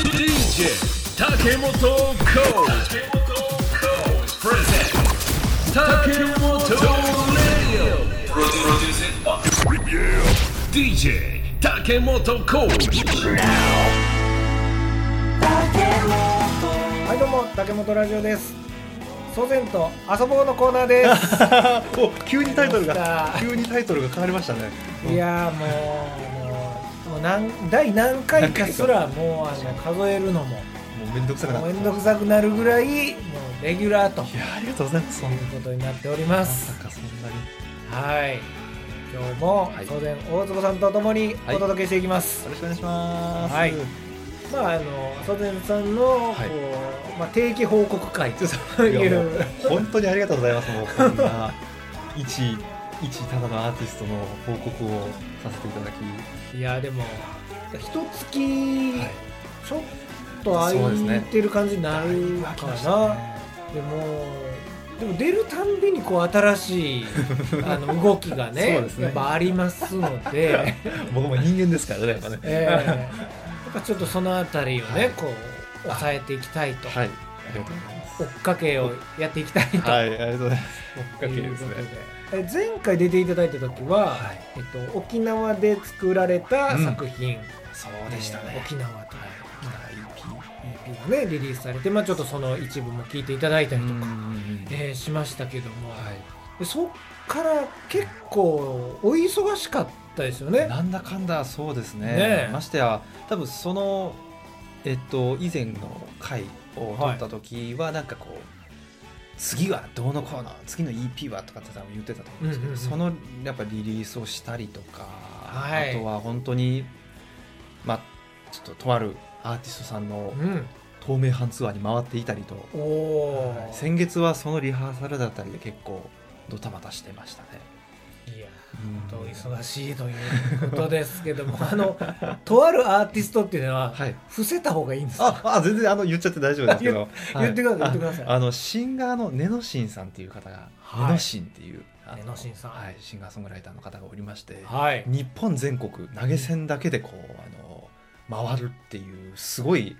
DJ 竹本コーチ present 竹本レディオ Produced by DJ 竹本コーチはいどうも竹本ラジオです。ソゼンと遊ぼうのコーナーで お急にタイトルやっがた急にタイトルが変わりましたね。す。いやーもうもうもう何第何回かすらもうあの数えるのももうめんどくさくなっもうてめますんどくさくなるぐらいもうレギュラーといいやありがとうございます。そんなうことになっておりまますさ。かそんなに。はい。今日もはいソゼン大坪さんとともにお届けしていきます。よろしくお願いします。はいちょまああのソゼンさんのこはいうまあ定期報告会っとといいやもうう。本当にありがとうございます。もうこんな 一一ただのアーティストの報告をさせていただき、いやでも一月はいちょっと空そうですいねてる感じになる飽きかましたな、ねでもでも出るたんびにこう 新しいあの動きがそうねですねやっぱありますの で、僕も人間ですからね。やっぱねえーやっぱちょっとそのあたりをね、こう抑えていきたいと、はい。ありがとうございます追っ。かけをやっていきたいと。はい、ありがとうございます。と追っかけいうでこすとねで。え前回出ていただいた時は、はいえっと、沖縄で作られたうん作品、そえー沖縄という、はい。 EP がねリリースされて、まあ、ちょっとその一部も聞いていただいたりとか、はえーしましたけども、い。でそっから結構お忙しかったですよね。なんだかんだそうですねねえましてや多分その、えっと、以前の回を撮った時はなんかこう、次はどうのこうの次の EP はとかって多分言ってたと思うんですけど、うんうんうんそのやっぱリリースをしたりとか、はいあとは本当にまあちょっととあるアーティストさんのうん、透明版ツアーに回っていたりと、おお、はい先月はそのリハーサルだったりで結構ドタバタしてましたね。いやうん本当忙しいということですけども あのとあるアーティストっていうのははい伏せた方がいいんですか、ああ全然あの言っちゃって大丈夫ですけど言言ってください言ってくださいああのシンガーのねのしんさんっていう方が、はいねのしんっていうあねのしんさんはい、シンガーソングライターの方がおりましてはい日本全国投げ銭だけでこうあの回るっていうすごい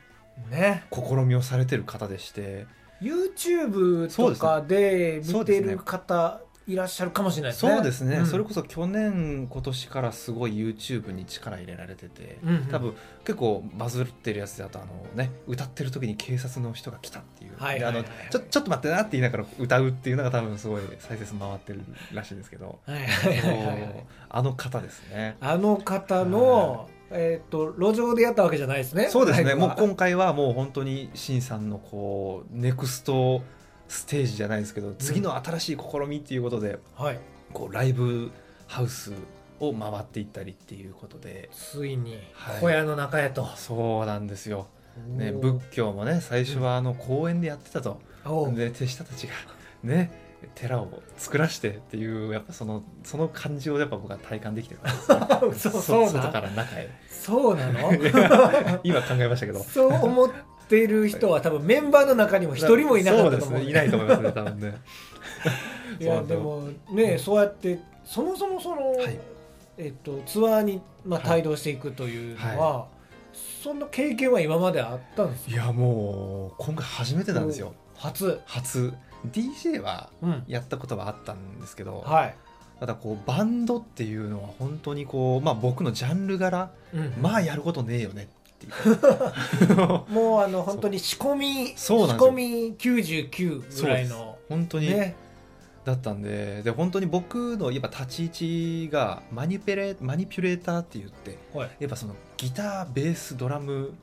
ね試みをされてる方でして YouTube とかで見そうでてすねる方いらっしゃるかもしれないですねそうですね、んそれこそ去年今年からすごい YouTube に力入れられてて、うんうん多分結構バズってるやつだとあのね歌ってる時に警察の人が来たっていう、はいではいあはいのちょちょっと待ってなって言いながら歌うっていうのが多分すごい再生数回ってるらしいんですけどはいはいはいはいはいもうあの方ですねあの方の、えーっと路上でやったわけじゃないですねそうですラねイブはもう今回はもう本当にしんさんのこうネクストステージじゃないですけど次の新しい試みっていうことで、はいこうライブハウスを回っていったりっていうことでついにはい小屋の中へと、そうなんですよ、ね、おー仏教もね最初はあの公園でやってたと、おうで手下たちがね寺を作らしてっていうやっぱそのその感じをやっぱ僕は体感できてるからですね そそうそう外かなら中へそうな の今考えましたけどそう思ってる人は多分メンバーの中にも一人もいなかったとそう思う,、ですねいないと思いますね多分 ねそうなんいやすよでもね、そうやってそもそもその、はいえっと、ツアーに、まあ、はい帯同していくというのは、そんな経験は今まであったんですいやもう今回初めてなんですよ初初 DJ はうんやったことはあったんですけど、はい、ただこうバンドっていうのは本当にこう、まあ、僕のジャンル柄うんまあやることねえよねっていうもうあの本当に仕込み仕そうなんですよ込み99ぐらいの本当にねだったんでで本当に僕のやっぱ立ち位置がマニピュレマニピュレーターって言ってはいやっぱそのギターベースドラム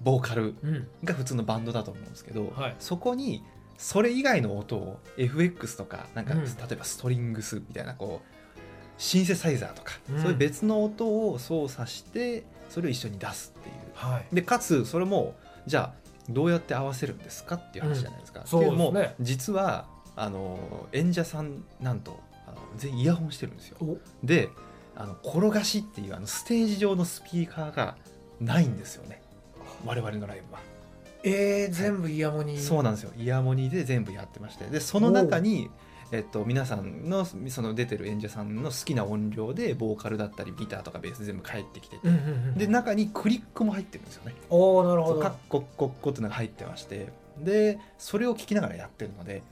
ボーカルうんが普通のバンドだと思うんですけど、はいそこにそれ以外の音を FX とかなんか、うん例えばストリングスみたいなこうシンセサイザーとか、うんそういう別の音を操作してそれを一緒に出すっていうはいでかつそれもじゃあどうやって合わせるんですかっていう話じゃないですか、んそうですねっていのも実はあの演者さんなんとあの全員イヤホンしてるんですよおであの転がしっていうあのステージ上のスピーカーがないんですよね我々のライブは、えー、全部イヤモニそうなんですよイヤモニで全部やってましてでその中にえっと、皆さんのその出てる演者さんの好きな音量でボーカルだったりギターとかベース全部返ってきてて、うんうんうん、で中にクリックも入ってるんですよね。おおなるそほうどカッコッコッコってのが入ってましてでそれを聞きながらやってるので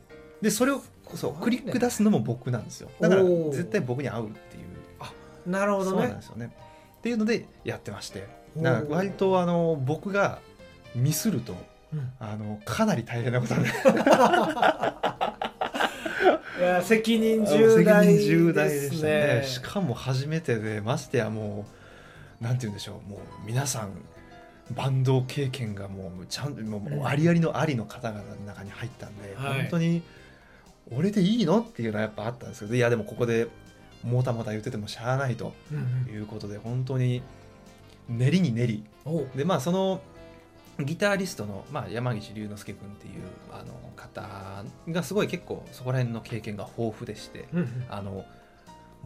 でそれをそうクリック出すのも僕なんですよだからおー絶対僕に合うっていうなるほそうどなんねですよねっていうのでやってましておーなんか割とあの僕がミスるとうんあのかなり大変なことになるいや責任重大責任ですね重大でしたねしかも初めてでましてやもうなんて言うんでしょうもう皆さんバンド経験がもうちゃんともううんもうありありのありの方々の中に入ったんで、はい本当に俺でいいのっていうのはやっぱあったんですけどいやでもここでもたもた言っててもしゃあないとうんいうことで本当に練りに練りうんおうでまあそのギタリストの、まあ、山岸龍之介君っていうあの方がすごい結構そこら辺の経験が豊富でしてうんうんあの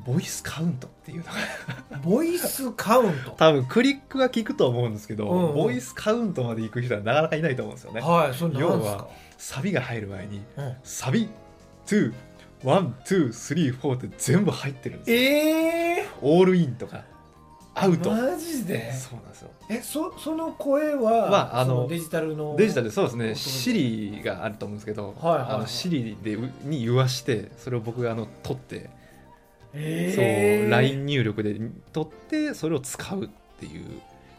ボイスカウントっていうのが ボイスカウント多分クリックは聞くと思うんですけど、うんうんボイスカウントまで行く人はなかなかいないと思うんですよねはいそれなんですかサビが入る前にうんサビ2ワン、ツー、スリー、フォーって全部入ってるんですよ。ええオールインとか、アウト。マジでそうなんですよ。えそその声は、はあのそデジタルのデジタルでそうですそうね、そう Siri があると思うんですけど、はいはいはいあの Siri でうに言わして、それを僕があの取って、えそーう、LINE 入力で取って、それを使うっていう、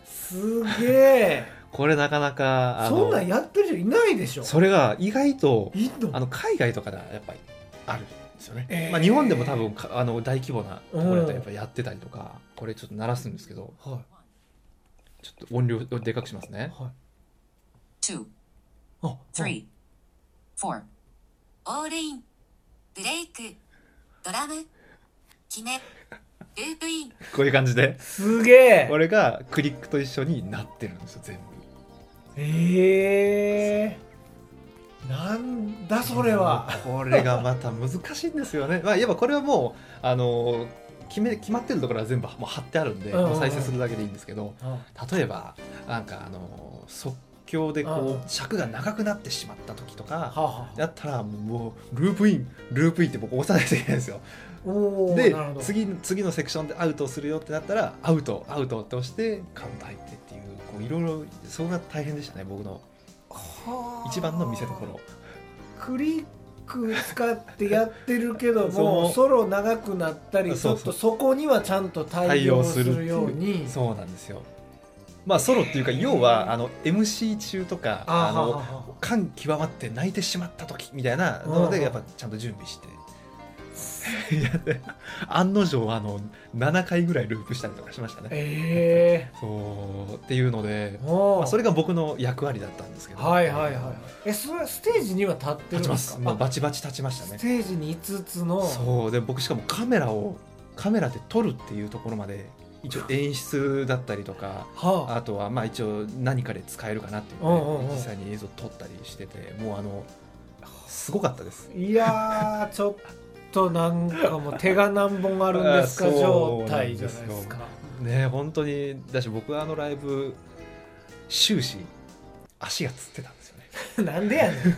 すげえこれなかなか、あのそんなんやってる人いないでしょそれが意外と、いんのあの海外とかではやっぱりあるんですよね。えーまあ、日本でも多分かあの大規模なところだとやっぱやってたりとか、これちょっと鳴らすんですけど、はちょっと音量をでかくしますいね。はい two, あ three, four. オールイン、ブレイク、ドラム、決め、ループイン。こういう感じで。すげこれがクリックと一緒になってるんですよ、全部。ええー、なんだそれはこれがまた難しいんですよね。まあ、いえばこれはもう、あの、決め、決まってるところは全部もう貼ってあるんで、うんうんうんもう再生するだけでいいんですけど、あ例えば、なんかあの、即興でうんこうんう、尺が長くなってしまった時とはあか、はあだったらもう、ループイン、ループインって僕押さないといけないんですよ。おおでなるほど次次のセクションでアウトするよってなったらアウトアウトって押してカウント入ってっていうこういろいろそこが大変でしたね僕のはあ一番の見せ所クリック使ってやってるけど そもうソロ長くなったりちそょうっそとうそこにはちゃんと対応するようにそうなんですよまあソロっていうか要はあの MC 中とかああーはあはのあはあ感極まって泣いてしまった時みたいなのうでんやっぱちゃんと準備して。 いやで案の定あの7回ぐらいループしたりとかしましたね。えそうっていうのでえ、おまあ、それれが僕の役割だったんですけどはいはいはいえそれはステージには立って立るんちでますすかもうあバチバチ立ちましたスねテージに5つのそうで僕しかもカメラをカメラで撮るっていうところまで一応演出だったりとかはああとはまあ一応何かで使えるかなっていううんうんのうんで実際に映像撮ったりしててもうあのすごかったですいやーちょっとなんかもう手が何本あるんですかあーそう状態じゃないなでんですすか よね本当にだし僕はあのライブ終始足がつってたん ですよねなんでやねん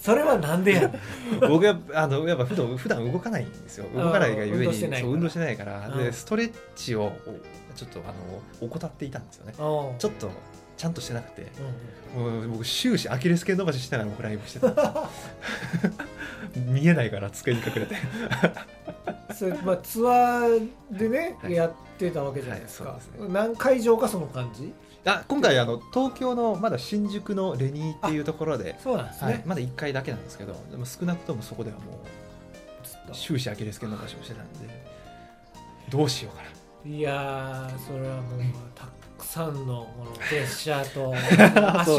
それはなんでやねん僕はあのやっぱ普段普段動かないんですよ動かないがゆえ運動にしてないからそう運動してないからうでんストレッチをちょっとあの怠っていたんですよねおうちょっとちゃんとしてなくてうんうんもう僕終始アキレス腱伸ばししながら僕ライブしてた 見えないから机に隠れてそれまあ、ツアーでね、はいやってたわけじゃないですか、はいそうですね何会場かその感じあ今回あの東京のまだ新宿のレニーっていうところで、そうなんですね、はい、まだ1回だけなんですけどでも少なくともそこではもずうっ終始アキレス腱伸ばしをしてたんでどうしようかなといやーそれはもうたくさんのこのプレッシャー とそう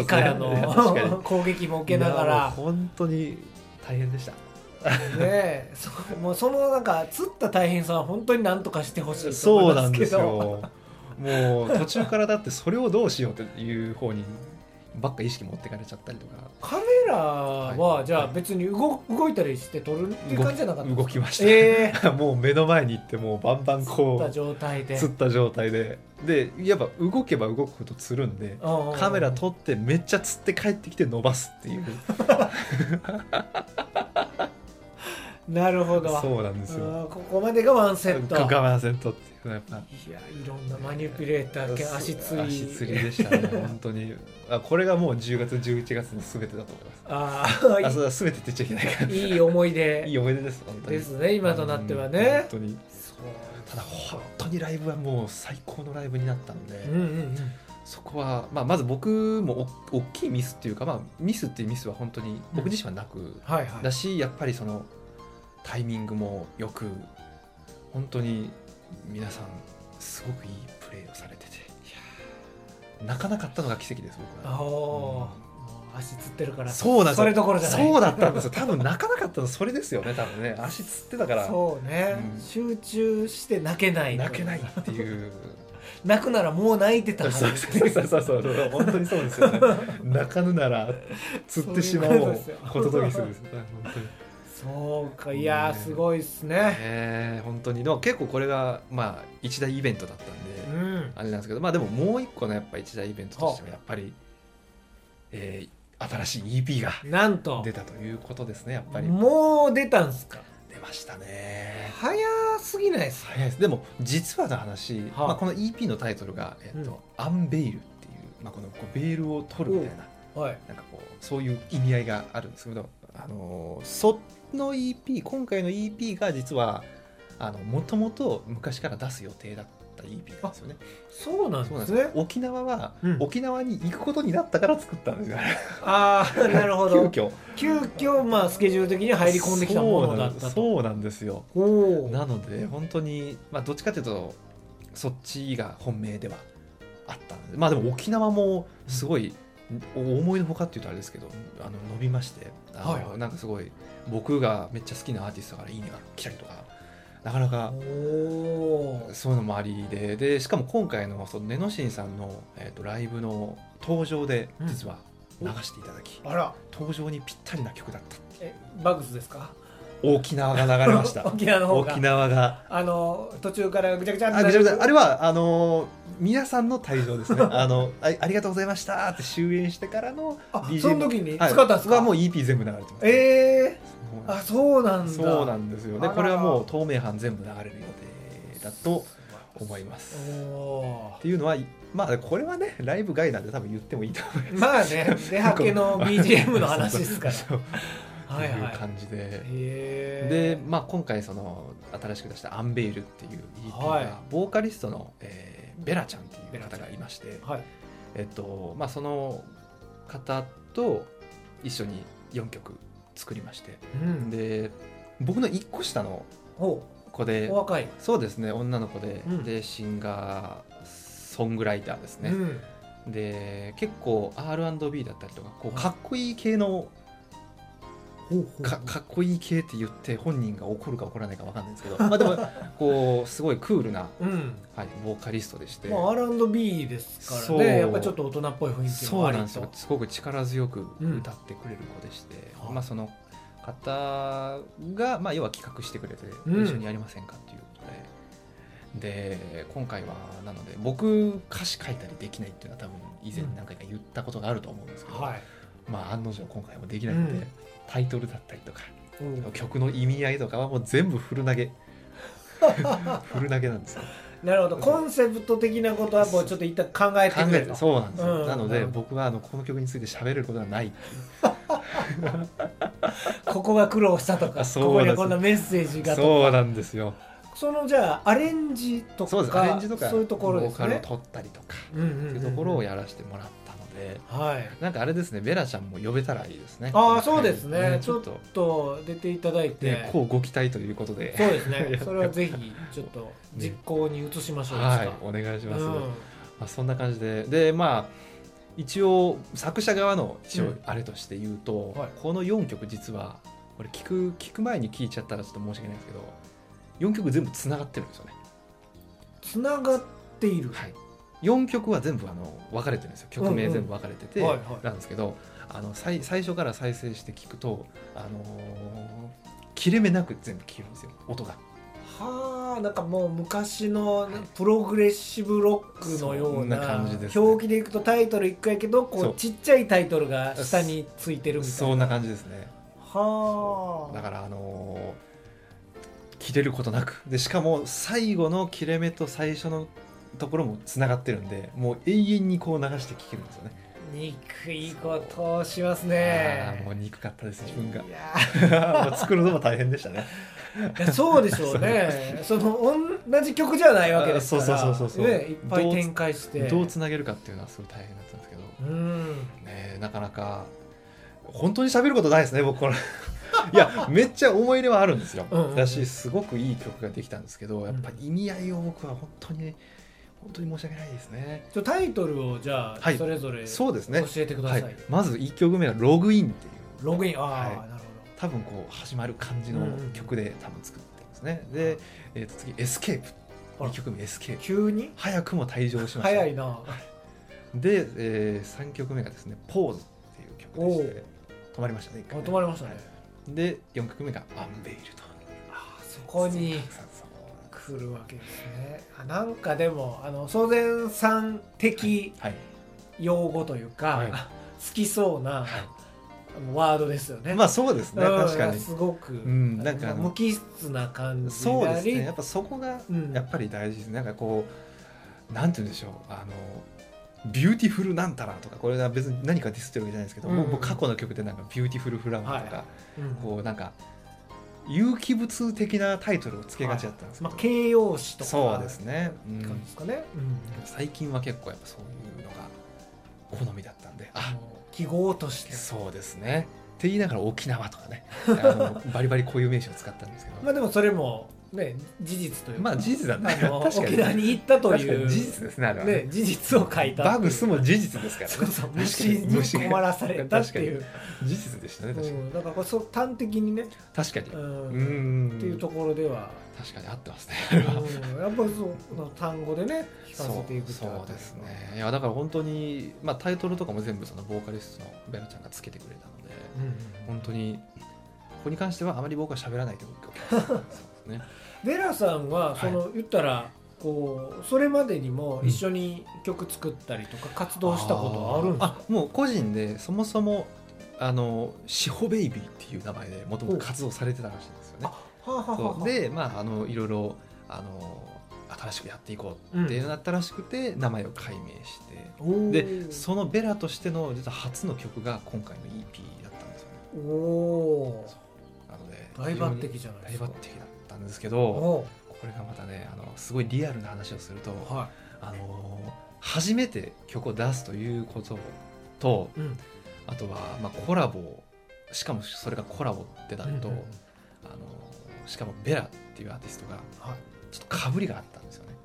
ですね足からの、確かに 攻撃も受けながいやもうら本当に大変でしたねえそもうそのなんか釣った大変さは本当に何とかしてほしいと思そいうまなすんけですどよもう途中からだってそれをどうしようっていう方にばっか意識持ってかれちゃったりとかカメラははいじゃあ別に動動いたりして撮るっていう感じじゃなかったんです動かきました、えもう目の前に行ってもうバンバンー、釣っ こた状態うでつった状態ででやっぱ動けば動くほどつるんでうんうんうんカメラ撮ってめっちゃつって帰ってきて伸ばすっていうなるほどそうなんですよあーここまでがワンセットガバナセットっていうのはやっぱいやいろんなマニュピュレーター兼足つり足つりでしたね本当 にあこれがもう10月11月の全てだと思いますあああそうだ全てって言っちゃいけないからいいいい思い出いい思い出です本当にですね今となってはね本当にただ本当にライブはもう最高のライブになったので、うんうんうんそこは、まあ、まず僕もお大きいミスっていうか、まあ、ミスっていうミスは本当に僕自身はなく、はいはいだしやっぱりそのタイミングもよく本当に皆さんすごくいいプレーをされてて泣かなかったのが奇跡です僕ああ、は。もう足つってるからそうなんですよそれどころじゃないそうだったんですよ多分泣かなかったのそれですよね多分ね足つってたからそうね、うん集中して泣けない泣けないっていう泣くならもう泣いてたそはうずそうそうそうそうそう本当にそうですよね泣かぬなら釣ってしまそうおいううことですよこととぎすですよ本当にそうかいやーすごいっすねえー、本当にでも結構これがまあ一大イベントだったんで、うんあれなんですけどまあでももう一個のやっぱ一大イベントとしてもやっぱり、えー新しい EP がなんと出たということですねやっぱりもう出たんすか出ましたね早すぎないっす早いですでも実はの話、はあまあ、この EP のタイトルが「えっとアンベイル」っていう、まあ、このこうベールを取るみたいなはいなんかこうそういう意味合いがあるんですけど、あのーその EP 今回の EP が実はもともと昔から出す予定だった EP なんですよね。そうなんそうでなんすですね沖縄は、うん沖縄に行くことになったから作ったんですよ。ああ なるほど 急遽急遽まあスケジュール的に入り込んできたものだったとそうなんですそうなんですよ。おおーなので本当にまあどっちかというとそっちが本命ではあったんでまあでも沖縄もすごい、思いのほかっていうとあれですけどあの伸びましてあの、はいはいなんかすごい僕がめっちゃ好きなアーティストからいいねが来たりとかなかなかおーそういうのもありででしかも今回のその根野真さんの、えー、とライブの登場でうん実は流していただき、あら登場にぴったりな曲だったえバグスですか沖縄が流れました 沖縄の方が沖縄があの途中からぐちゃぐちゃあぐちゃぐちゃあれれはあのー皆さんの退場 ですねあのあありがとうございましたって終演してからのあ DJ その時には使いったんですか、はもう EP 全部流れてます、ええそうあそうなんだそうなんですよあねらこれはもう透明版全部流れる予定だと思いまおすおっていうのはまあこれはねライブ外なんで多分言ってもいいと思いますまあ ね出はけの BGM の話ですからそうそうはいってはいいう感じでへで、まあ、今回その新しく出した「アンベイル」っていう EP が、はいボーカリストの、えーベラちゃんってベいうラちゃ方んがいまして、ーはいえっとまあ、その方と一緒に4曲作りましてうんでで僕の1個下のお子でお若い、そうですね女の子で、うんでシンガーソングライターですねう、んで結構 R&B だったりとかこうはいかっこいい系のほうほうかかっこいい系って言って本人が怒るか怒らないか分かんないん ですけどまあでもこうすごいクールな、うんはい、ボーカリストでして、まあ、R&B ですからそうねやっぱりちょっと大人っぽい雰囲気そもうありなんですとよすごく力強くうん歌ってくれる子でして、はいまあ、その方が、まあ、要は企画してくれて、うん一緒にやりませんかっていうことでで今回はなので僕歌詞書いたりできないっていうのは多分以前何回か言ったことがあると思うんですけど、はいまあ、案の定今回もできないので、うんタイトルだったりとかうん曲の意味合いとかはもう全部フル投げ フル投げなんですよなるほどコンセプト的なことはもうちょっと一旦考えて考くえれてとそうなんですよ、うんなのうでん僕はあのこの曲について喋れることはないここが苦労したとかあこそうこになはんですこんなメッセージがとかそうなんですよそのじゃあアレンジとかそうですアレンジとかそういうところですボーねカルを取ったりとかうんうんっていうところをやらせてもらったので、はいなんかあれですねベラちゃんも呼べたらいいですねああそうですね、はいちょっちょっと出ていただいとて、ねこうご期待ということでそ うですねそれはぜひちょっと実行に移しましょうはいいお願いしうます、んまあ、そんな感じででまあ一応作者側の一う応んあれとして言うと、はいこの4曲実はこれ聞く聞く前に聞いちゃったらちょっと申し訳ないんですけど4曲全部つながってるんですよね、つながっているはい、4曲は全部あの分かれてるんですよ曲うん名うん全部分かれてて、はいはいなんですけどあの最最初から再生して聞くと、あのー切れ目なく全部消えるんですよ音がはあなんかもう昔のプログレッシブロックのようなそんな感じですね表記でいくとタイトル1回やけどこそううちっちゃいタイトルが下についてるみたいなそんな感じですねはあだからあのー切れることなくでしかも最後の切れ目と最初のところもつながってるんでもう永遠にこう流して聴けるんですよね憎いことをしますああねもう憎かったです自分が いもう作るのも大変でしたねやそうでしょうね その同じ曲じゃないわけですからあそうそうそうそうそうね、いっぱい展開してどうつなげるかっていうのはすごい大変だったんですけどうんねえなかなか本当に喋ることないですね僕これいやめっちゃ思い入れはあるんですよ、うんうんうんだしすごくいい曲ができたんですけどやっぱり意味合いを僕は本当に本当に申し訳ないですね、ちょタイトルをじゃはあいそれぞれ教そうですねえてくだはさい、い、まず1曲目は「ログイン」っていうログインああ、はいなる多分こう始まる感じうのんうん曲で多分作ってますね、で、えー、と次「エスケープ」あら2曲目「エスケーほどプ急に」早くも退場しました早いなで、え3曲目がですね「ポーズ」っていう曲でして止まりましたね一あ回ね止まりましたね、で4曲目が「アンベイル」と。ああそこにそうそう来るわけですねあなんかでもあの祖先さん的はい、用語というか、はい好きそうなワードですよね、まあそうですねうん確かにすごく、んなんかあの無機質な感じそうなですりねやっぱそこがうんやっぱり大事ですねなんかこうなんて言うんでしょうあのビューティフルなんたらとかこれは別に何かディスってるわけじゃないですけど、うんうんもう僕過去の曲でなんかビューティフルフラワーとか、はうんこうなんか有機物的なタイトルをつけがちだったんですけど、まあ、形容詞とかそうですね、う感じんで、すかね、うん最近は結構やっぱそういうのが好みだったんであもう記号としてそうですねって言いながら沖縄とか ねあのバリバリ固有名詞を使ったんですけどまあでもそれもね事実というか、まあ事実だねあ の確かに沖縄に行ったと確かいにう事実ですねあれはねね、事実を書いたっていうバグスも事実ですからねそうそう確かに虫に虫が困らされたっていう、事実でしたね確かうに、ん、だからこれそう端的にね、確かにううんんっていうところでは、確かに合ってますねあうれん、やっはぱりそうその単語でね聞かせそていくうっていそうですねいやだから本当にまあタイトルとかも全部そのボーカリストのベロちゃんがつけてくれたのでうん、本当にここに関してはあまり僕は喋らないというかそうですねベラさんはその、言ったらこうそれまでにも一緒に曲作ったりとか活動したことはあるんですか、あ もう個人でそもそもあのシホベイビーっていう名前でもともと活動されてたらしいんですよねはあはあはあそうでまああのいろいろあの新しくやっていこうってなったらしくて、名前を改名しておーでそのベラとしての実は初の曲が今回の EP だったんですよねおおなので大抜擢じゃない大です抜か擢だったんですけどおこれがまたねあのすごいリアルな話をすると、ーはあの初めて曲を出すということとい、うん、あとは、まあ、コラボしかもそれがコラボってなると、うんうんうんあのしかもベラっていうアーティストがはいちょっとかぶりがあったんですよね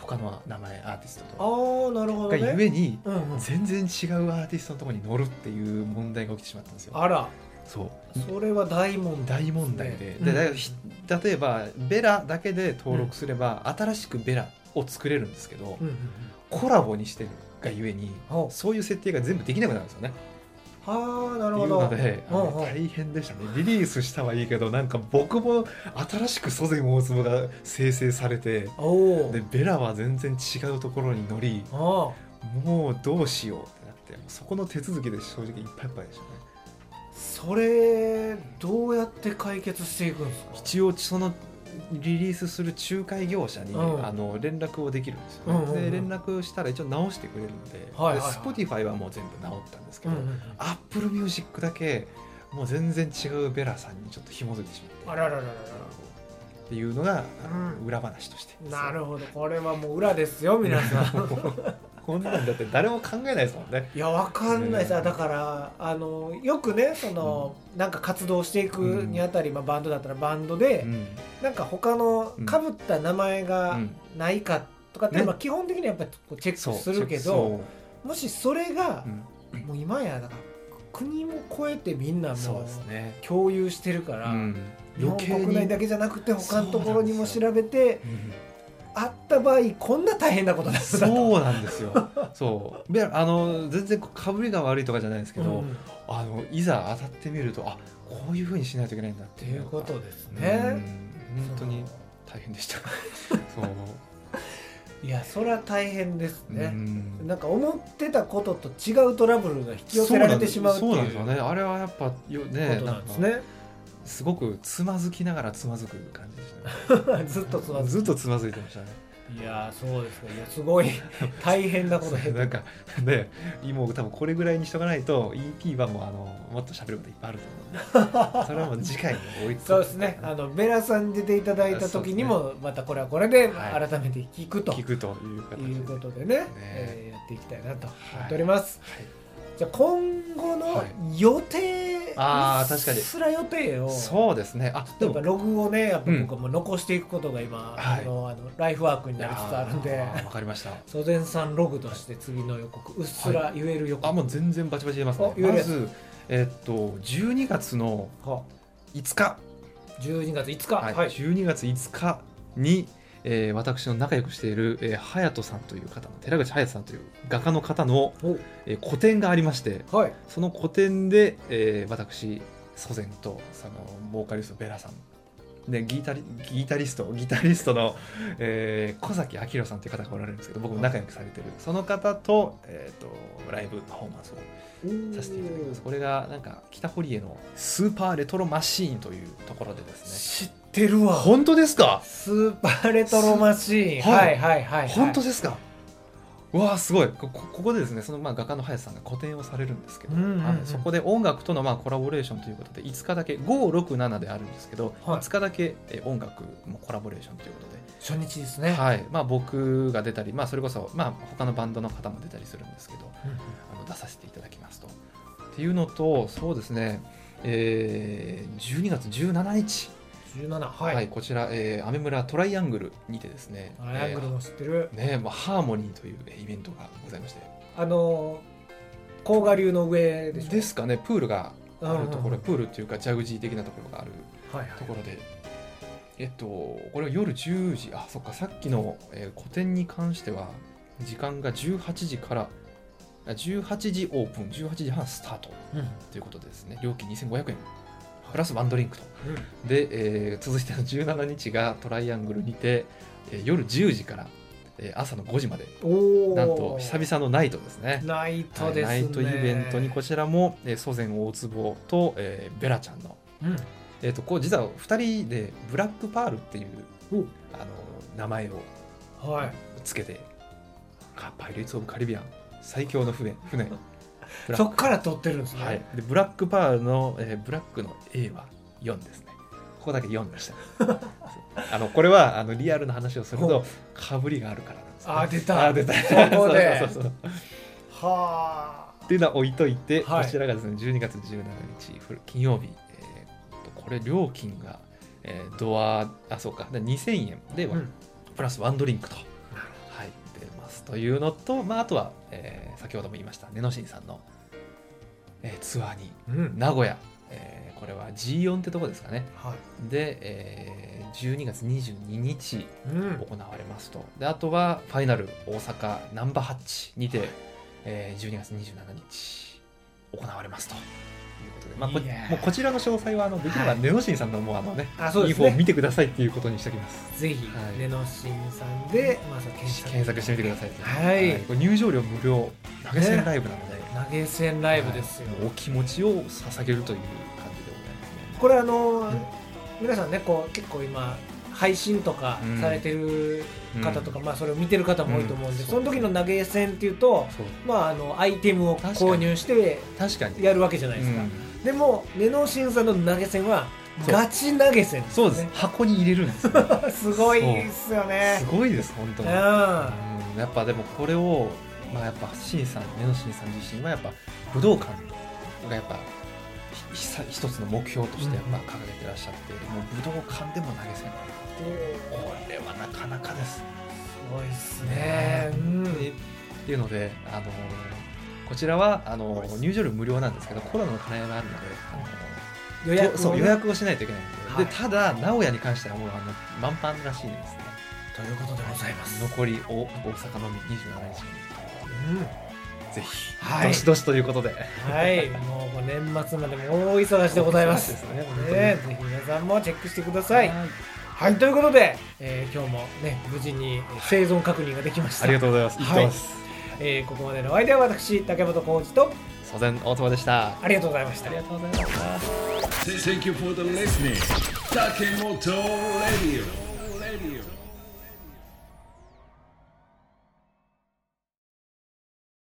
他の名前アーティストとああなるほどがねゆえにうんうん、全然違うアーティストのところに乗るっていう問題が起きてしまったんですよあらそうそれは大問題大問題で,、うんでだいぶひ例えばベラだけで登録すれば、新しくベラを作れるんですけど、うんうんうんコラボにしてるがゆえにほうそういう設定が全部できなくなるんですよねはあなるっていほうどので、あのうんうん大変でしたねリリースしたはいいけどなんか僕も新しく祖先大粒が生成されておおでベラは全然違うところに乗りあもうどうしようってなってそこの手続きで正直いっぱいいっぱいでしたねあそれどうやって解決していくんですか一応そのリリースする仲介業者に、うんあの連絡をできるんですよね、うんうんうんで連絡したら一応直してくれるので,、はいはいはいで Spotify はもう全部直ったんですけうんど、うんうんアップルミュージックだけもう全然違うベラさんにちょっと紐づいてしまあっらららららてっていうのが、あのうん裏話としてなるほどこれはもう裏ですよ 皆さんこんなんだって誰も考えない ですもんねいやわかんないさ、ねだからあのよくねその、なんか活動していくにあたり、まあ、バンドだったらバンドで、うんなんか他のうんかぶった名前がうんないかとかって、ねまあ、基本的にはやっぱりこうチェッそうクするけそどもしそれがう、う、んもう今やだから国も超えてみんなそうもですうね、共有してるから、うん日本国内だけじゃなくて他のところにもそうな調べてうんあった場合こんな大変なことだったそうなんですよ。そう。で、あの全然かぶりが悪いとかじゃないですけうど、んっあのいざ当たってみると、あこういう風にしないといけないんだってていいううのがことですうんね。本当に大変で した。そう。いやそりゃ大変ですうね、んなんか思ってたことと違うトラブルが引き寄せられてしまうってそうなんですいようね。あれはやっぱよね、ことなんですなんかね。すごくつまずきながらつまずく感じでしたね ずっとつまずずっとつまずいてましたねいやーそうですねいやすごい 大変なことなん でかでもう多分これぐらいにしとかないと EP はもうあのもっと喋ることいっぱいあると思うん でそれはもう次回に追いつそうですねあのベラさんに出ていただいた時にもまたこれはこれではい改めて聞くと聞くという形でいうことでね、えーやっていきたいなと思っております、はいじゃあ今後のはい予定、あーうっ確かにすら予定をそうですねあでやっもぱログをねやっぱうん僕はもう残していくことが今、はいあのあのライフワークになりつつあるんであーわかりました祖先さんログとして次の予告うっすら言える予告、あもう全然バチバチ出ますおね言えるまやつずえっと12月のは5日12月5日、ははいい、12月5日に、えー私の仲良くしている、えー、隼人さんという方の寺口隼人さんという画家の方のお、えー個展がありましてはい、その個展で、えー私祖先とそのボーカリストベラさんでギタリギタリストギタリストの、えー小崎明さんという方がおられるんですけど僕も仲良くされてるその方と,、えー、とライブパフォーマンスをさせていただきますこれがなんか北堀江のスーパーレトロマシーンというところでですね知ってるわ本当ですかスーパーレトロマシーンすははいいはいはい、はい、本当ですか、うわあすごいここここでですねそのまあ画家の林さんが個展をされるんですけど、うんうんうんはいそこで音楽とのまあコラボレーションということで5日だけ567であるんですけど、はい5日だけえ音楽もコラボレーションということで、初日ですね、はいまあ、僕が出たり、まあ、それこそ、まあ、他のバンドの方も出たりするんですけどあの出させていただきますと。っていうのとそうですね、えー12月17日、うん17は、はいいこちら、えー、アメ村トライアングルにてですねアラングルも知ってる、ねまあ、ハーモニーというえイベントがございましてあの甲賀流の上でしょですかねプールがあるとこうんうんうろんプールっていうかジャグジー的なところがあるはいはいところでえっとこれは夜10時あそっかさっきの、えー個展に関しては時間が18時からあ18時オープン18時半スタートということでですね料金2500円プラスワンドリンクとうんで、えー続いての17日がトライアングルにて、えー夜10時から、えー朝の5時までおおなんと久々のナイトですねナイはトいですね、ナイトイベントにこちらも、えー、祖先大坪と、えーベラちゃんの、うんえー、とこう実は2人でブラックパールっていうおあの名前をはいつけて、カパイレーツ・オブ・カリビアン最強の船船ブラそッっから撮ってるんですク、ね、はい、でブラックパールの、えーブラックの A は4ですねここだけ4でした あのこれはあのリアルな話をするほうとかぶりがあるからなんですね、あー出たあー出たそこで そうそうそうはあっていうのは置いといて、はいこちらがですね12月17日ふる金曜日、えーとこれ料金が、えードアあそうかで2000円で、うんプラスワンドリンクと、はい、出ますというのと、まあ、あとは、えー先ほども言いました根野新さんの、えーツアーにうん名古屋、えーこれは G4 ってとこですかねはで、えー12月22日いうん行われますとであとはファイナル大阪ナンバーハッチにて、えー12月27日行われますということで、まあ、こいやーもうこちらの詳細はあのできればネオシンさんのもうあのね、あそうですインフォをね見てくださいっていうことにしておきますぜひ、はいネノシンさんで、まず検索検索してみてくださいとはいこれ入場料無料投げ銭ライブなので、投げ銭ライブですよ、はいもうお気持ちを捧げるという感じでございますねこれあのー、うん皆さんねこう結構今配信とかうんされてる方とか、うんまあそれを見てる方も多いと思うんで、うんその時の投げ銭っていうとそうまああのアイテムを購入して確かにやるわけじゃないですか、うんでも根の新さんの投げ銭はそうガチ投げ銭ねそうです、箱に入れるんですよ すごいですよすねごいです本当うんにうんやっぱでもこれを、まあ、やっぱ新さん根野新さん自身はやっぱ武道館がやっぱひひさ一つの目標としてやっぱ掲げてらっしゃって、もう武道館でも投げ銭これはなかなかですすごいっすねうんでっていうので、あのーこちらはあのー入場料無料なんですけどコロナの金があるので、あのー予と約そうをね予約をしないといけないんで,で、はいただ名古屋に関してはもうあの満帆らしいですねということでございます、残りお大阪のみ27日うんにぜひ、はいどしどしということではい、もうこう年末までも大忙しでございます。そうねですね本当にぜひ皆さんもチェックしてください。はい、ということで、えー今日もね、無事に生存確認ができました。ありがとうございます。はい行ってます。えーここまでのお相手は私、竹本浩二と、祖先大友でした。ありがとうございました。とうございました。 Thank you for the listening. Takemoto Radio.